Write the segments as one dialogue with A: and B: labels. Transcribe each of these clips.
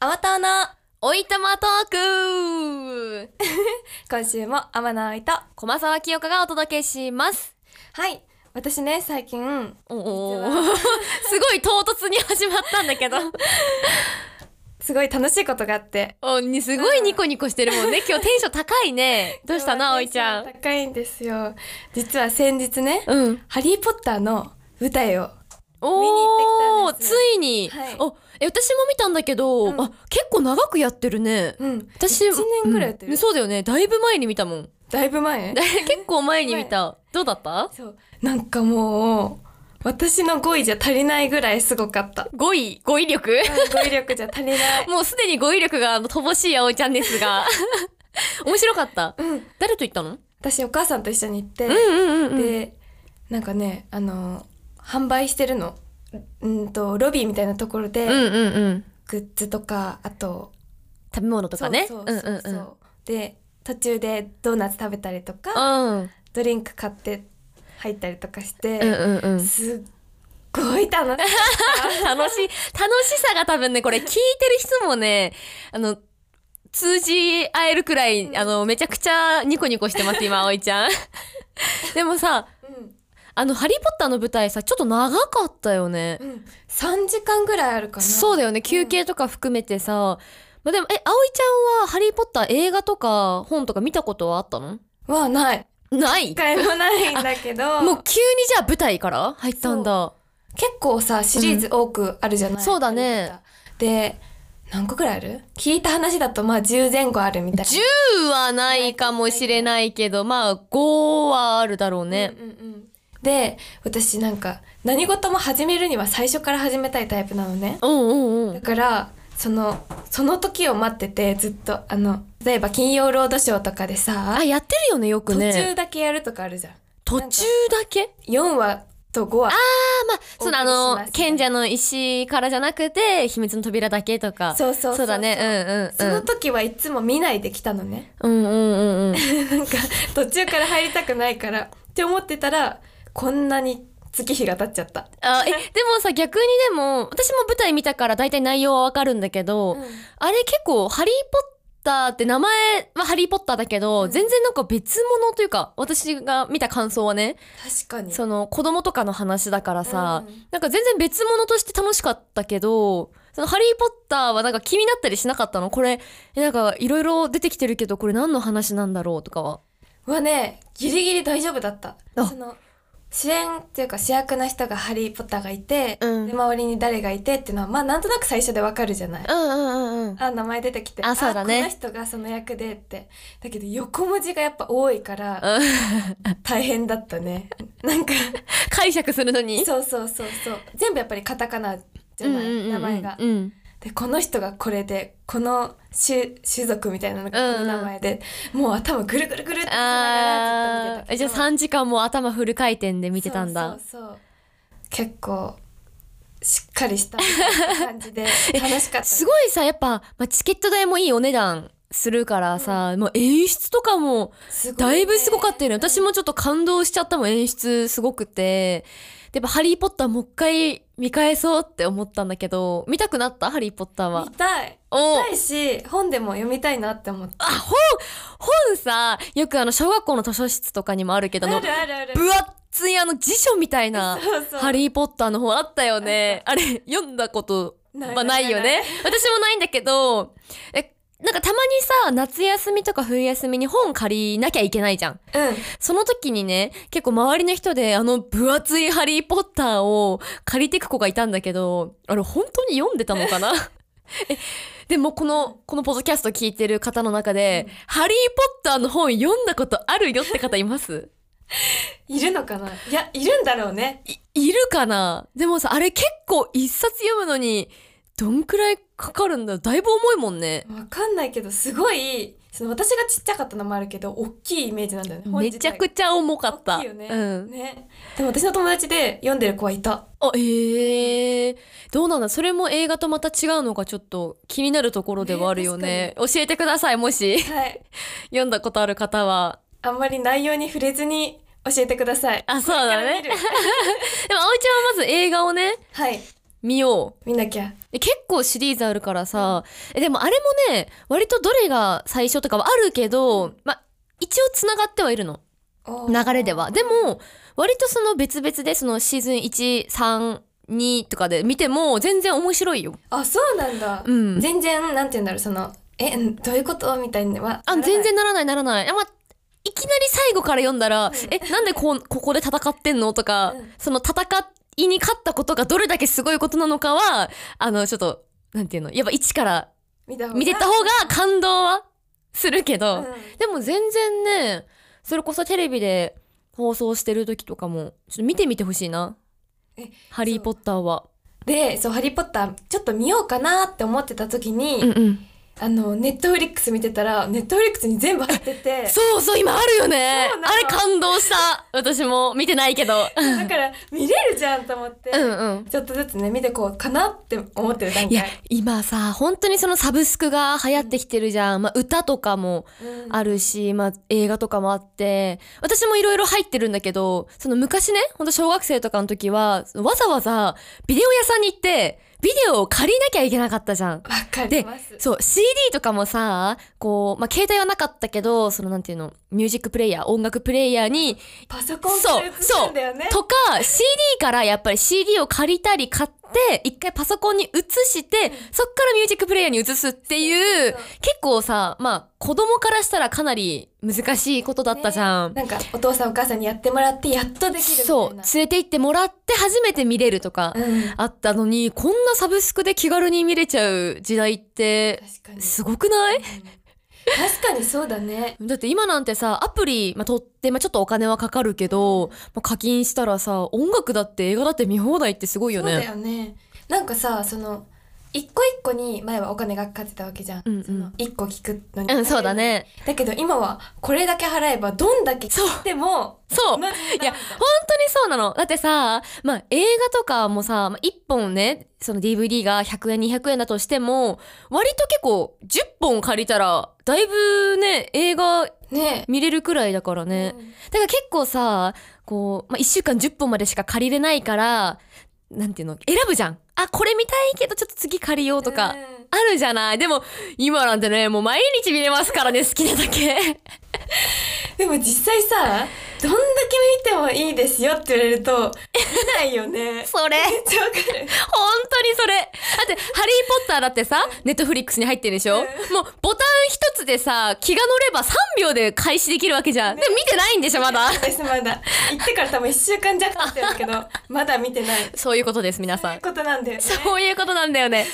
A: アワターのおいたまトーク
B: 今週も天野愛とは
A: 駒沢清香がお届けします。
B: い私ね最近
A: お
B: 実
A: ー すごい唐突に始まったんだけど。
B: すごい楽しいことがあって
A: おにすごいニコニコしてるもんね。 今日テンション高いね。どうしたの、おいちゃん。
B: 高いんですよ実は先日ね
A: うん。
B: 「ハリー・ポッター」の舞台を
A: お
B: 見に行っ
A: ー
B: てきたんです
A: ついに、
B: はい
A: おえ私も見たんだけど、
B: うん
A: あ結構長くやってるね。
B: うん
A: 私
B: 1年ぐらいやってる
A: うんそうだよねだいぶ前に見たも ん
B: だいぶ前
A: 結構前に見たどうだった
B: そうなんかもう私の語彙じゃ足りないぐらいすごかった
A: 語彙語彙力
B: 語彙力じゃ足り ない
A: もうすでに語彙力があの乏しい葵ちゃんですが 面白かった
B: うん
A: 誰と行ったの
B: 私お母さんと一緒に行って、
A: んうんで
B: でなんかねあの販売してるのうんとロビーみたいなところで、
A: うんうんうん
B: グッズとかあと
A: 食べ物とかね
B: そうそうそうそう
A: うんうん
B: で途中でドーナツ食べたりとか
A: うん
B: ドリンク買って入ったりとかし
A: うん
B: て、
A: うんうん
B: すっごい楽し い
A: 楽しい、楽しさが多分ね、これ聞いてる人もね、あの、通じ合えるくらい、あの、めちゃくちゃニコニコしてます、今、葵ち ゃん。でもさ、あの、ハリーポッターの舞台さ、ちょっと長かったよね
B: う。ん、うん、3時間ぐらいあるかな
A: そうだ
B: よ
A: よね、休憩とか含めてさ、まあ、でも、え、葵ちゃんはハリーポッター映画とか本とか見たことはあったの
B: はない
A: ない
B: 一回もないんだけ ど
A: もう急にじゃあ舞台から入ったんだ。
B: 結構さシリーズ多くあるじゃない、
A: そうだね
B: で何個ぐらいある聞いた話だとまあ10前後あるみたいな
A: 10はないかもしれないけど、まあ5はあるだろうね。
B: うんうんうんで私なんか何事も始めるには最初から始めたいタイプなのね
A: うんうんう
B: だ
A: ん。
B: からそのその時を待っててずっとあの例えば「金曜ロードショー」とかでさ、
A: あ、やってるよね、よく
B: 途
A: ね
B: 中。だけやるとかあるじゃん
A: 途中だけ
B: 4話と5話
A: あ、まあ、そのあ
B: お送りしま
A: の、
B: す
A: 賢者の石からじゃなくて、秘密の扉だけとか。
B: そうそうそう
A: そうだね、う
B: そ
A: んうんう
B: の
A: ん。
B: 時はいつも見ないで来たのね
A: うんうんうんうん。
B: なんか途中から入りたくないからって思ってたらこんなに月日が経っちゃった、
A: あ、え、でもさ、逆にでも、私も舞台見たから大体内容はわかるんだけど、あれ結構、ハリーポッターって名前はハリーポッターだけど、
B: うん
A: 全然なんか別物というか、私が見た感想はね、
B: 確かに
A: その子供とかの話だからさ、
B: うん
A: なんか全然別物として楽しかったけど、そのハリーポッターはなんか気になったりしなかったのこれ、えなんかいろいろ出てきてるけど、これ何の話なんだろうとかは。
B: はねギリギリ大丈夫だった
A: あ
B: その主演っていうか主役の人がハリー・ポッターがいて、
A: うん
B: で周りに誰がいてっていうのはまあなんとなく最初でわかるじゃない、
A: うんうんうんうん。
B: あ名前出てきて
A: あそうだね
B: この人がその役でってだけど横文字がやっぱ多いから
A: うん
B: 大変だったねなんか
A: 解釈するのに。
B: そうそうそうそう全部やっぱりカタカナじゃな
A: う
B: い、
A: んうんうんうん
B: 名前が
A: うん。
B: でこの人がこれでこの種種族みたいなのがこの名前で、もう頭ぐるぐるぐるってしな
A: あー
B: がらずっと見てたけ
A: じゃ
B: ど
A: あ3時間も頭フル回転で見てたんだ。
B: そうそうそう結構しっかりした感 じで楽しかった
A: すごいさ、やっぱ、まあ、チケット代もいいお値段するからさ、もう演出とかも、
B: すごいね
A: だいぶすごかったよね。私もちょっと感動しちゃったもん、演出すごくて。でやっぱ、ハリーポッターもう一回見返そうって思ったんだけど、見たくなったハリーポッターは
B: 見。たい
A: おう
B: 見たいし本でも読みたいなって思って
A: あ、本、本さ、よくあの、小学校の図書室とかにもあるけど、あ
B: あ
A: の
B: る、あるある
A: 分厚いあの辞書みたいな、
B: そうそう
A: ハリーポッターの本あったよね。あれ、読んだこと、
B: ない
A: まあないよ
B: な
A: ね。私もないんだけど、え、なんかたまにさ、夏休みとか冬休みに本借りなきゃいけないじゃん。
B: うん
A: その時にね、結構周りの人であの分厚いハリーポッターを借りてく子がいたんだけど、あれ本当に読んでたのか なえでもこの、このポッドキャスト聞いてる方の中で、ハリーポッターの本読んだことあるよって方います
B: いるのかないやいるんだろうね
A: い、いるかなでもさ、あれ結構一冊読むのに、どんくらいかかるんだだいぶ重いもんね。
B: わかんないけどすごいその私がちっちゃかったのもあるけど大きいイメージなんだよね本
A: め
B: 自
A: ちゃ
B: 体
A: くちゃ重かった。
B: 大きいよね,、
A: うん。
B: ねでも私の友達で読んでる子はいた
A: あ、ええどうなんだそれも映画とまた違うのがちょっと気になるところではあるよね。教えてください、もし
B: はい
A: 読んだことある方は。
B: あんまり内容に触れずに教えてください
A: あ、そうだね。
B: 見
A: で
B: る
A: も、葵ちゃんはまず映画をね、
B: はい
A: 見よう
B: 見なきゃ。
A: え結構シリーズあるからさ、えでもあれもね割とどれが最初とかはあるけど、まあ一応つながってはいるの
B: おー
A: 流れでは。でも割とその別々でそのシーズン132とかで見ても全然面白いよ。
B: あ、そうなんだ。
A: うん
B: 全然、なんて言うんだろう、その、え、んどういうことみたいには。
A: あ
B: ならない
A: 全。然ならないならない。あまあいきなり最後から読んだら、え、なんでこうここで戦ってんのとか、
B: うん
A: その戦いに勝ったことがどれだけすごいことなのかは、あの、ちょっと、なんていうの、やっぱ一から
B: 見た方が。
A: 見てた方が感動はするけど、
B: うん
A: でも全然ね、それこそテレビで放送してる時とかも、ちょっと見てみてほしいな
B: え。
A: ハリー・ポッターは。
B: で、そう、ハリーポッター、ちょっと見ようかなって思ってた時に、
A: うんうん。
B: あの、ネットフリックス見てたら、ネットフリックスに全部入ってて、
A: そうそう、今あるよね
B: そうな。の
A: あれ感動した。私も見てないけど。
B: だから見れるじゃんと思って、
A: うんうん。
B: ちょっとずつね、見てこうかなって思ってる段
A: いや
B: 階。、
A: 今さ、本当にそのサブスクが流行ってきてるじゃん。まあ、歌とかも
B: うん
A: あるし、まあ、映画とかもあって、私もいろいろ入ってるんだけど、その昔ね、ほんと小学生とかの時は、わざわざビデオ屋さんに行って、ビデオを借りなきゃいけなかったじゃん。
B: わかり
A: で
B: ます。
A: そう、CD とかもさ、こう、まあ、携帯はなかったけど、そのなんていうの、ミュージックプレイヤー、音楽プレイヤーに、
B: パソコンから映すんだよね。
A: とか、CD からやっぱり CD を借りたり買って、一回パソコンに移して、そっからミュージックプレイヤーに移すっていう
B: そうそう、
A: 結構さ、まあ、子供からしたらかなり難しいことだったじゃん。
B: なんか、お父さんお母さんにやってもらって、やっとできるみたいな。
A: そう、連れて行ってもらって初めて見れるとか、
B: うん。
A: あったのに、こんなサブスクで気軽に見れちゃう時代って、
B: 確かに。
A: すごくない
B: うん確かにそうだね。
A: だって今なんてさアプリ、まあ、取って、まあ、ちょっとお金はかかるけど、まあ、課金したらさ音楽だって映画だって見放題ってすごいよ
B: そうだ
A: ね。
B: よね。なんかさ、その、一個一個に前はお金がかかってたわけじゃん。
A: うんうん
B: その一個聞くのに。
A: うん、そうだ。ね。
B: だけど今はこれだけ払えばどんだけ
A: そう
B: 聞いても
A: そう。
B: 同じ値
A: い
B: 段
A: や、本当にそうなの。だってさ、まあ、映画とかもさ、まあ、1本ね、その DVD が100円、200円だとしても、割と結構、10本借りたら、だいぶね、映画
B: ね
A: 見れるくらいだから
B: え
A: ね。だから結構さ、こう、まあ、1週間10本までしか借りれないから、なんていうの、選ぶじゃん。あ、これ見たいけど、ちょっと次借りようとか
B: うん。
A: あるじゃない。でも、今なんてね、もう毎日見れますからね、好きなだけ。
B: でも実際さどんだけ見てもいいですよって言われると見ないよね
A: それ。
B: めっちゃわかる
A: 本当にそれ。だって、ハリー・ポッターだってさ、ネットフリックスに入ってるでしょもう、ボタン一つでさ、気が乗れば3秒で開始できるわけじゃん。でも見てないんでしょ、まだ。
B: 私まだ行ってから多分1週間弱経ってるけどまだ見てない
A: そういうことです、皆
B: そう
A: さ。
B: いうんことなんだよね
A: そういうことなんだよね。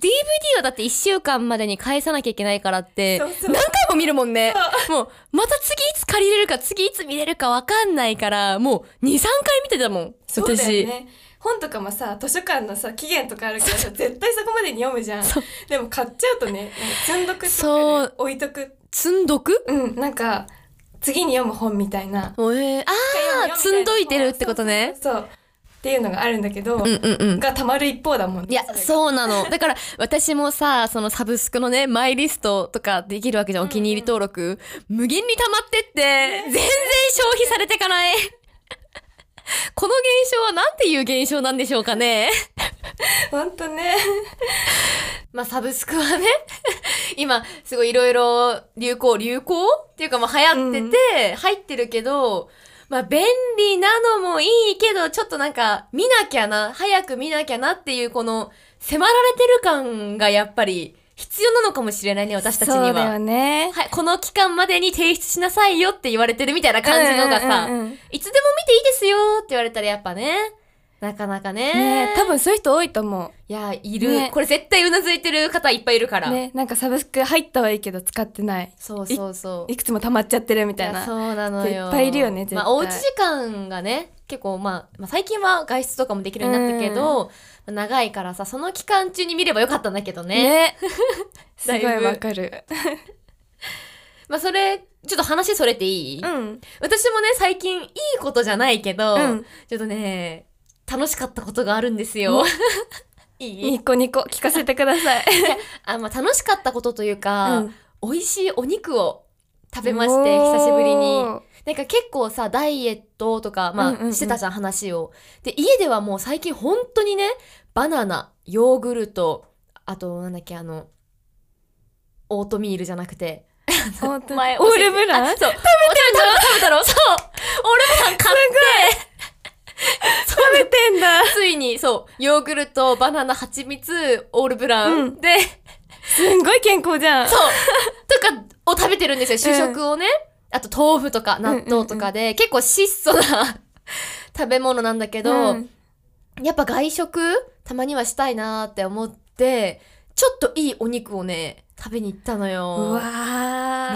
A: DVD はだって1週間までに返さなきゃいけないからって、
B: そう
A: 何
B: そう
A: 回も見るもんね。もう、また次いつ借りれるか、次いつ見れるかわかんないから、もう2、3回見てたもん。
B: そうだよ
A: 私。
B: ね本とかもさ図書館のさ期限とかあるからさ絶対そこまでに読むじゃんでも買っちゃうとね積んどくと
A: そ
B: か
A: う
B: で置いとく
A: 積んどく
B: うんなんか次に読む本みたいな
A: おえー、あー、積んどいてるってことね。
B: そうそうそうっていうのがあるんだけど、
A: うんうんうん。
B: がたまる一方だもんね
A: いや、
B: う
A: そうな の。だから、私もさ、そのサブスクのね、マイリストとかできるわけじゃん、お気に入り登録。無限に溜ま ってって、全然消費されてかない。 この現象はなんていう現象なんでしょうかね。
B: ほんとね
A: まあ、サブスクはね、 今、すごいいろいろ流行、流行っていうかもう流行ってて、入ってるけど、まあ、便利なのもいいけど、ちょっとなんか、見なきゃな、早く見なきゃなっていう、この、迫られてる感がやっぱり、必要なのかもしれないね、私たちに
B: そう
A: は。
B: だよね
A: はい、この期間までに提出しなさいよって言われてるみたいな感じのがさ、
B: うんうんうんうん
A: いつでも見ていいですよって言われたらやっぱね、なかなかね。
B: ね多分そういう人多いと思
A: いや、いる、
B: ね
A: これ絶対うなずいてる方いっぱいいるから。
B: うねなんかサブスク入ったはいいけど使ってない
A: そうそうそう。
B: いくつも溜まっちゃってるみたい
A: や
B: な
A: そうなのよ。
B: いっぱいいるよね絶対
A: まあ、おうち時間がね、結構まあ、まあ、最近は外出とかもできるようになったけど、まあ長いからさ、その期間中に見ればよかったんだけどね。
B: ね す
A: だ
B: ご
A: い
B: い
A: ぶ
B: わかる
A: まあ、それ、ちょっと話それていい、
B: うん
A: 私もね、最近いいことじゃないけど、
B: うん
A: ちょっとね、楽しかったことがあるんですよ。 いい
B: ニコニコ聞か せてください
A: あ、まあ、楽しかったことというか、
B: うん
A: 美味しいお肉を食べまして久しぶりに
B: おー
A: なんか結構さダイエットとか、まあ
B: うんうんうん
A: してたじゃん話をで家ではもう最近本当にねバナナヨーグルトあとなんだっけあのオートミールじゃなくて
B: 本当に
A: 前
B: オールブラン
A: あそう食べてる食べたろそうオールブラン買って
B: 食べてんだ
A: ついにそうヨーグルトバナナ蜂蜜オールブラン、
B: うん
A: で
B: すんごい健康じゃん
A: そうとかを食べてるんですよ主食をね、あと豆腐とか納豆とかで、結構質素な 食べ物なんだけど、
B: ん
A: やっぱ外食たまにはしたいなーって思って、ちょっといいお肉をね、食べに行ったの
B: う
A: よ。め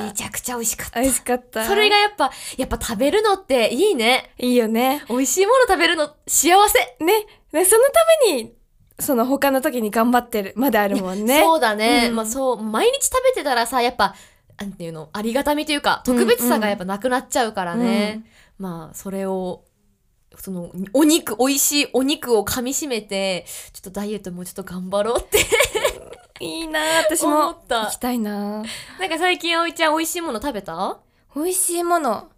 B: わ
A: ちゃくちゃ美味しかっ
B: ー美味しかった
A: た。それがやっぱ、やっぱ食べるのっていいね。
B: いいよね
A: 美味しいもの食べるの幸せ。
B: ねねそのためにその他の時に頑張ってるまであるもんね
A: そうだね。
B: うん
A: まあそう、毎日食べてたらさ、やっぱ、なんていうの、ありがたみというか、特別さがやっぱなくなっちゃうからね。まあ、それを、その、お肉、美味しいお肉を噛み締めて、ちょっとダイエットもうちょっと頑張ろうって
B: うんいいなー私も
A: 思った
B: 行きたいなー
A: なんか最近葵ちゃん美味しいもの食べた
B: 美味しいもの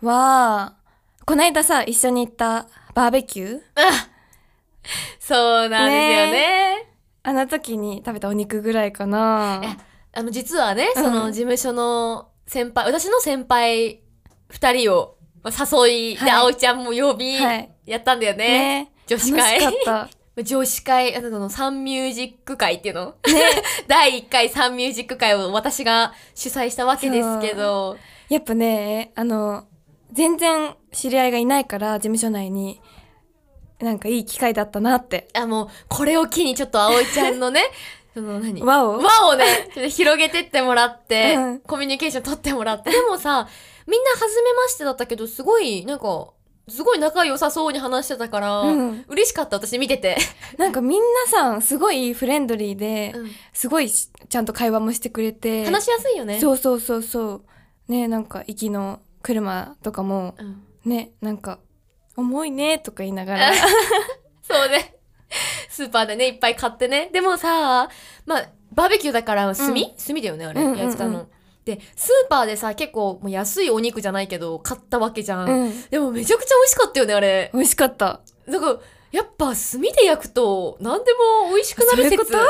B: はこないださ一緒に行ったバーベキュー
A: そうなんですよね。
B: あの時に食べたお肉ぐらいかな
A: えあの実はね、
B: うん
A: その事務所の先輩、私の先輩二人をまあ誘い、
B: はい
A: で葵ちゃんも呼び、
B: はい
A: やったんだよね。
B: ね
A: 女子会。
B: 楽しかっ
A: 女子会、あの、サンミュージック会っていうのね。 第1回サンミュージック会を私が主催したわけですけど。
B: た やっぱねあの全然知り合いがいないから事務所内になんかいい機会だったなって
A: あ、もう、これを機にちょっと葵ちゃんのね、 その何
B: 和を
A: 輪を ね、ちょっと広げてってもらって、
B: うん
A: コミュニケーション取ってもらって。でもさ、みんな初めましてだったけど、すごい、なんか、すごい仲良さそうに話してたから、
B: うん
A: 嬉しかった、私見てて。
B: なんかみんなさんすごいフレンドリーで、すごいしちゃんと会話もしてくれ て
A: 話しやすいよね。
B: そうそうそうそうねなんか行きの車とかも
A: うん
B: ねなんか重いねとか言いながら
A: そうね。スーパーでね、いっぱい買ってね。でもさ、まあ、バーベキューだから炭、
B: うん
A: 炭だよね、あれ。
B: うんうんうん
A: 焼いてたの。で、スーパーでさ、結構、もう安いお肉じゃないけど、買ったわけじゃん。
B: うん
A: でもめちゃくちゃ美味しかったよね、あれ。
B: 美味しかった
A: なんか、やっぱ炭で焼くと何でも美味しくなる説。
B: そういうそうな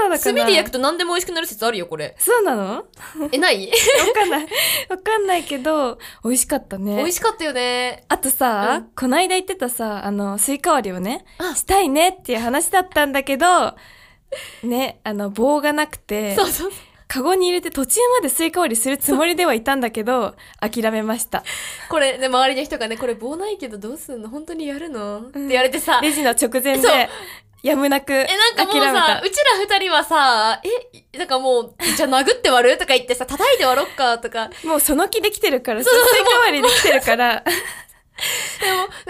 B: のか
A: 炭
B: な
A: で焼くと何でも美味しくなる説あるよ、これ。
B: そうなの
A: え、 ない、
B: わかんない。わかんないけど、美味しかったね。
A: 美味しかったよね。
B: あとさ、
A: うん
B: こないだ言ってたさ、あの、スイカ割りをね
A: あ、
B: したいねっていう話だったんだけど、ね、あの、棒がなくて
A: そ、うそう。
B: カゴに入れて途中までスイカ割りするつもりではいたんだけど、諦めました。
A: これね、周りの人がね、これ棒ないけどどうすんの本当にやるの、
B: うん
A: って言われてさ。え、
B: レジの直前
A: そう
B: で、やむなく諦
A: なんかもう
B: め
A: さ
B: た、
A: う。ちら二人はさ、え、なんかもう、じゃあ殴って割るとか言ってさ、叩いて割ろっかとか。
B: もうその気できてるから、スイ
A: そうそう
B: カ割りできてるから、
A: でも、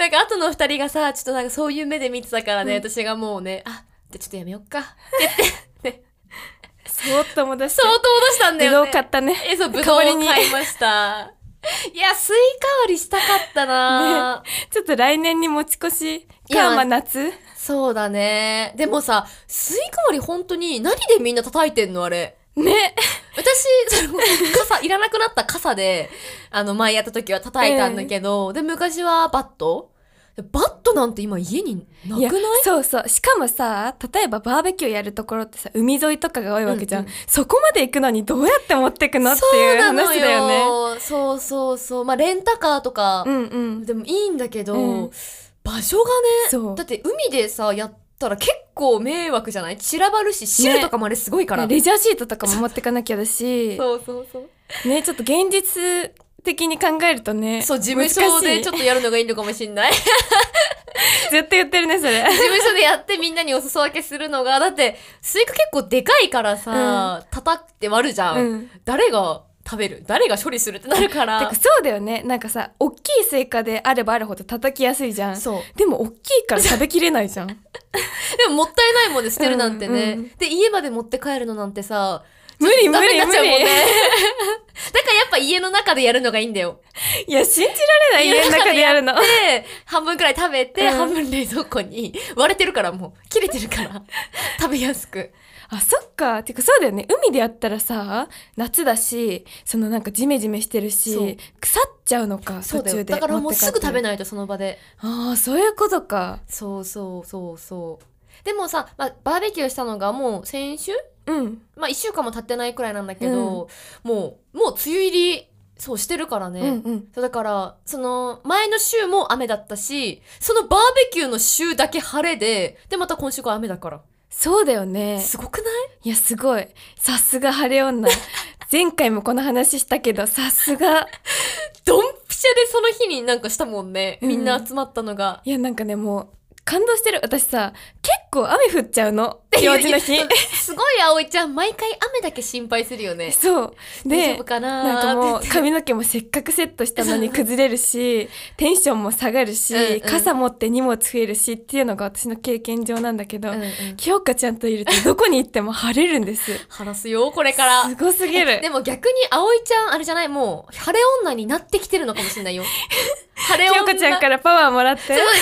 A: なんか後の二人がさ、ちょっとなんかそういう目で見てたからね、私がもうね、あ、じゃあちょっとやめよっか。って言って、
B: そーっと戻して
A: 相当、出したんだよ
B: ぶど
A: ね。
B: う買ったね。
A: え、そう、ぶどうを
B: 代わりに
A: 買いました。 いや、スイカ割りしたかったな、
B: ちょっと来年に持ち越し、
A: いや
B: か、まあ夏。
A: そうだね。でもさ、スイカ割り本当に何でみんな叩いてんのあれ。
B: ね。
A: 私、 その、傘、いらなくなった傘で、あの、前やった時は叩いたんだけど、で、昔はバットでバットなんて今家になくない
B: やそうそうしかもさ例えばバーベキューやるところってさ海沿いとかが多いわけじゃん、
A: うんうん
B: そこまで行くのにどうやって持ってくのっていう
A: そうなの
B: 話だよね
A: よ。そうそうそう。まあ、レンタカーとか、
B: うんうん
A: でもいいんだけど、
B: うん
A: 場所がね、
B: そう
A: だって海でさ、やったら結構迷惑じゃない散らばるし、汁とかもあれすごいから。
B: レジャーシートとかも持ってかなきゃだし
A: そうそうそう。
B: ねちょっと現実的に考えるとね
A: そう、事務所でちょ
B: っ
A: っとやるのがいいのかもしんない。 事
B: と絶対言ってるねそ れ
A: 務所でやってみんなにお裾分けするのが、だって、スイカ結構でかいからさ、叩って割るじゃん。
B: うん
A: 誰が食べる誰が処理するってなるか
B: て
A: ら
B: か。そうだよねなんかさ大きいスイカであればあるほど叩きやすいじゃん
A: そう。
B: でも大きいから食べきれない じゃん
A: でももったいないもんで捨てるなんてね。
B: うんうん
A: で、家まで持って帰るのなんてさ、
B: 無理無
A: ダメに
B: 理
A: なっ
B: 無
A: ちゃうもんね
B: 理、
A: だからやっぱ家の中でやるのがいいんだよ。
B: いや信じられない家の中でやるの
A: で、半分くらい食べて、
B: うん
A: 半分冷蔵庫に割れてるからもう、切れてるから、食べやすく。
B: あそっかてかそうだよね海でやったらさ夏だしそのなんかジメジメしてる
A: そう
B: し腐っちゃうのか
A: そ
B: 途
A: うだ
B: 中
A: よ
B: で
A: だからもうすぐ食べ
B: い
A: ないとその場で
B: ああそういうことか
A: そうそうそうそうでもさ、まあ、バーベキューしたのがもう先週
B: うん
A: まあ1週間も経ってないくらいなんだけど、もうもう梅雨入りそうしてるからね、
B: うんうん
A: そうだからその前の週も雨だったしそのバーベキューの週だけ晴れででまた今週が雨だから
B: そうだよね
A: すごくない
B: いやすごいさすが晴れ女前回もこの話したけどさすが
A: ドンピシャでその日になんかしたもんねみんな集まったのが、
B: いやなんかねもう感動してる私さ結構雨降っちゃうの用事の日
A: いやいやすごい葵ちゃん毎回雨だけ心配するよね
B: そう
A: 大丈
B: で
A: 夫かな
B: なんかもう
A: って言って
B: 髪の毛もせっかくセットしたのに崩れる しテンションも下がるし、
A: うんうん
B: 傘持って荷物増えるしっていうのが私の経験上なんだけど、
A: うんうん
B: 清香ちゃんといるとどこに行っても晴れるんです
A: 晴らすよこれから
B: すごすぎる
A: でも逆に葵ちゃんあれじゃないもう晴れ女になってきてるのかもしれないよ晴れ
B: 清
A: 女
B: 香ちゃんからパワーもらって
A: すごい引っ張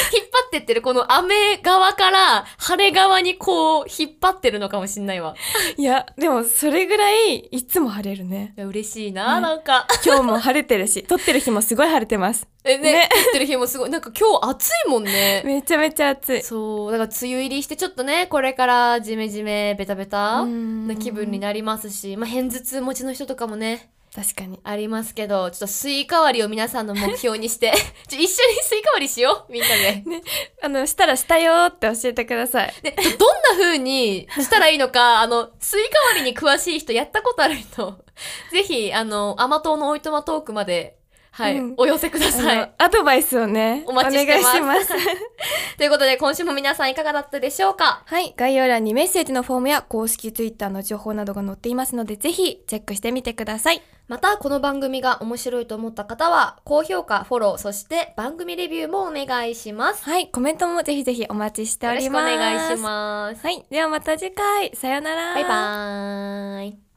A: ってってるこの雨側から晴れ側にこう引っ張ってるのかもしれないわ
B: いやでもそれぐらいいつも晴れるね
A: いや嬉しいな、
B: ね
A: なんか
B: 今日も晴れてるし撮ってる日もすごい晴れてます
A: えね
B: ね
A: 降ってる日もすごいなんか今日暑いもんね
B: めちゃめちゃ暑い
A: そうだから梅雨入りしてちょっとねこれからジメジメベタベタな
B: な
A: 気分になりますし、まあ、偏頭痛持ちの人とかもね
B: 確かに
A: ありますけどちょっとスイカ割りを皆さんの目標にして ちょ一緒にスイカ割りしようみんなで。
B: あのしたらしたよーって教えてください
A: でどどんな風にしたらいいのかあのスイカ割りに詳しい人やったことある人ぜひあの甘党のおいとまトークまで、はい
B: うん
A: お寄せくださ
B: あ
A: い
B: の。アドバイスをね
A: お待ちしてます
B: お願いします
A: ということで今週も皆さんいかがだったでしょうか
B: はい概要欄にメッセージのフォームや公式ツイッターの情報などが載っていますのでぜひチェックしてみてください
A: またこの番組が面白いと思った方は高評価フォローそして番組レビューもお願いします。
B: はいコメントもぜひぜひお待ちしてお
A: よろ
B: り
A: しくお
B: ます
A: 願いします。
B: はいではまた次回さよなら
A: バイバーイ。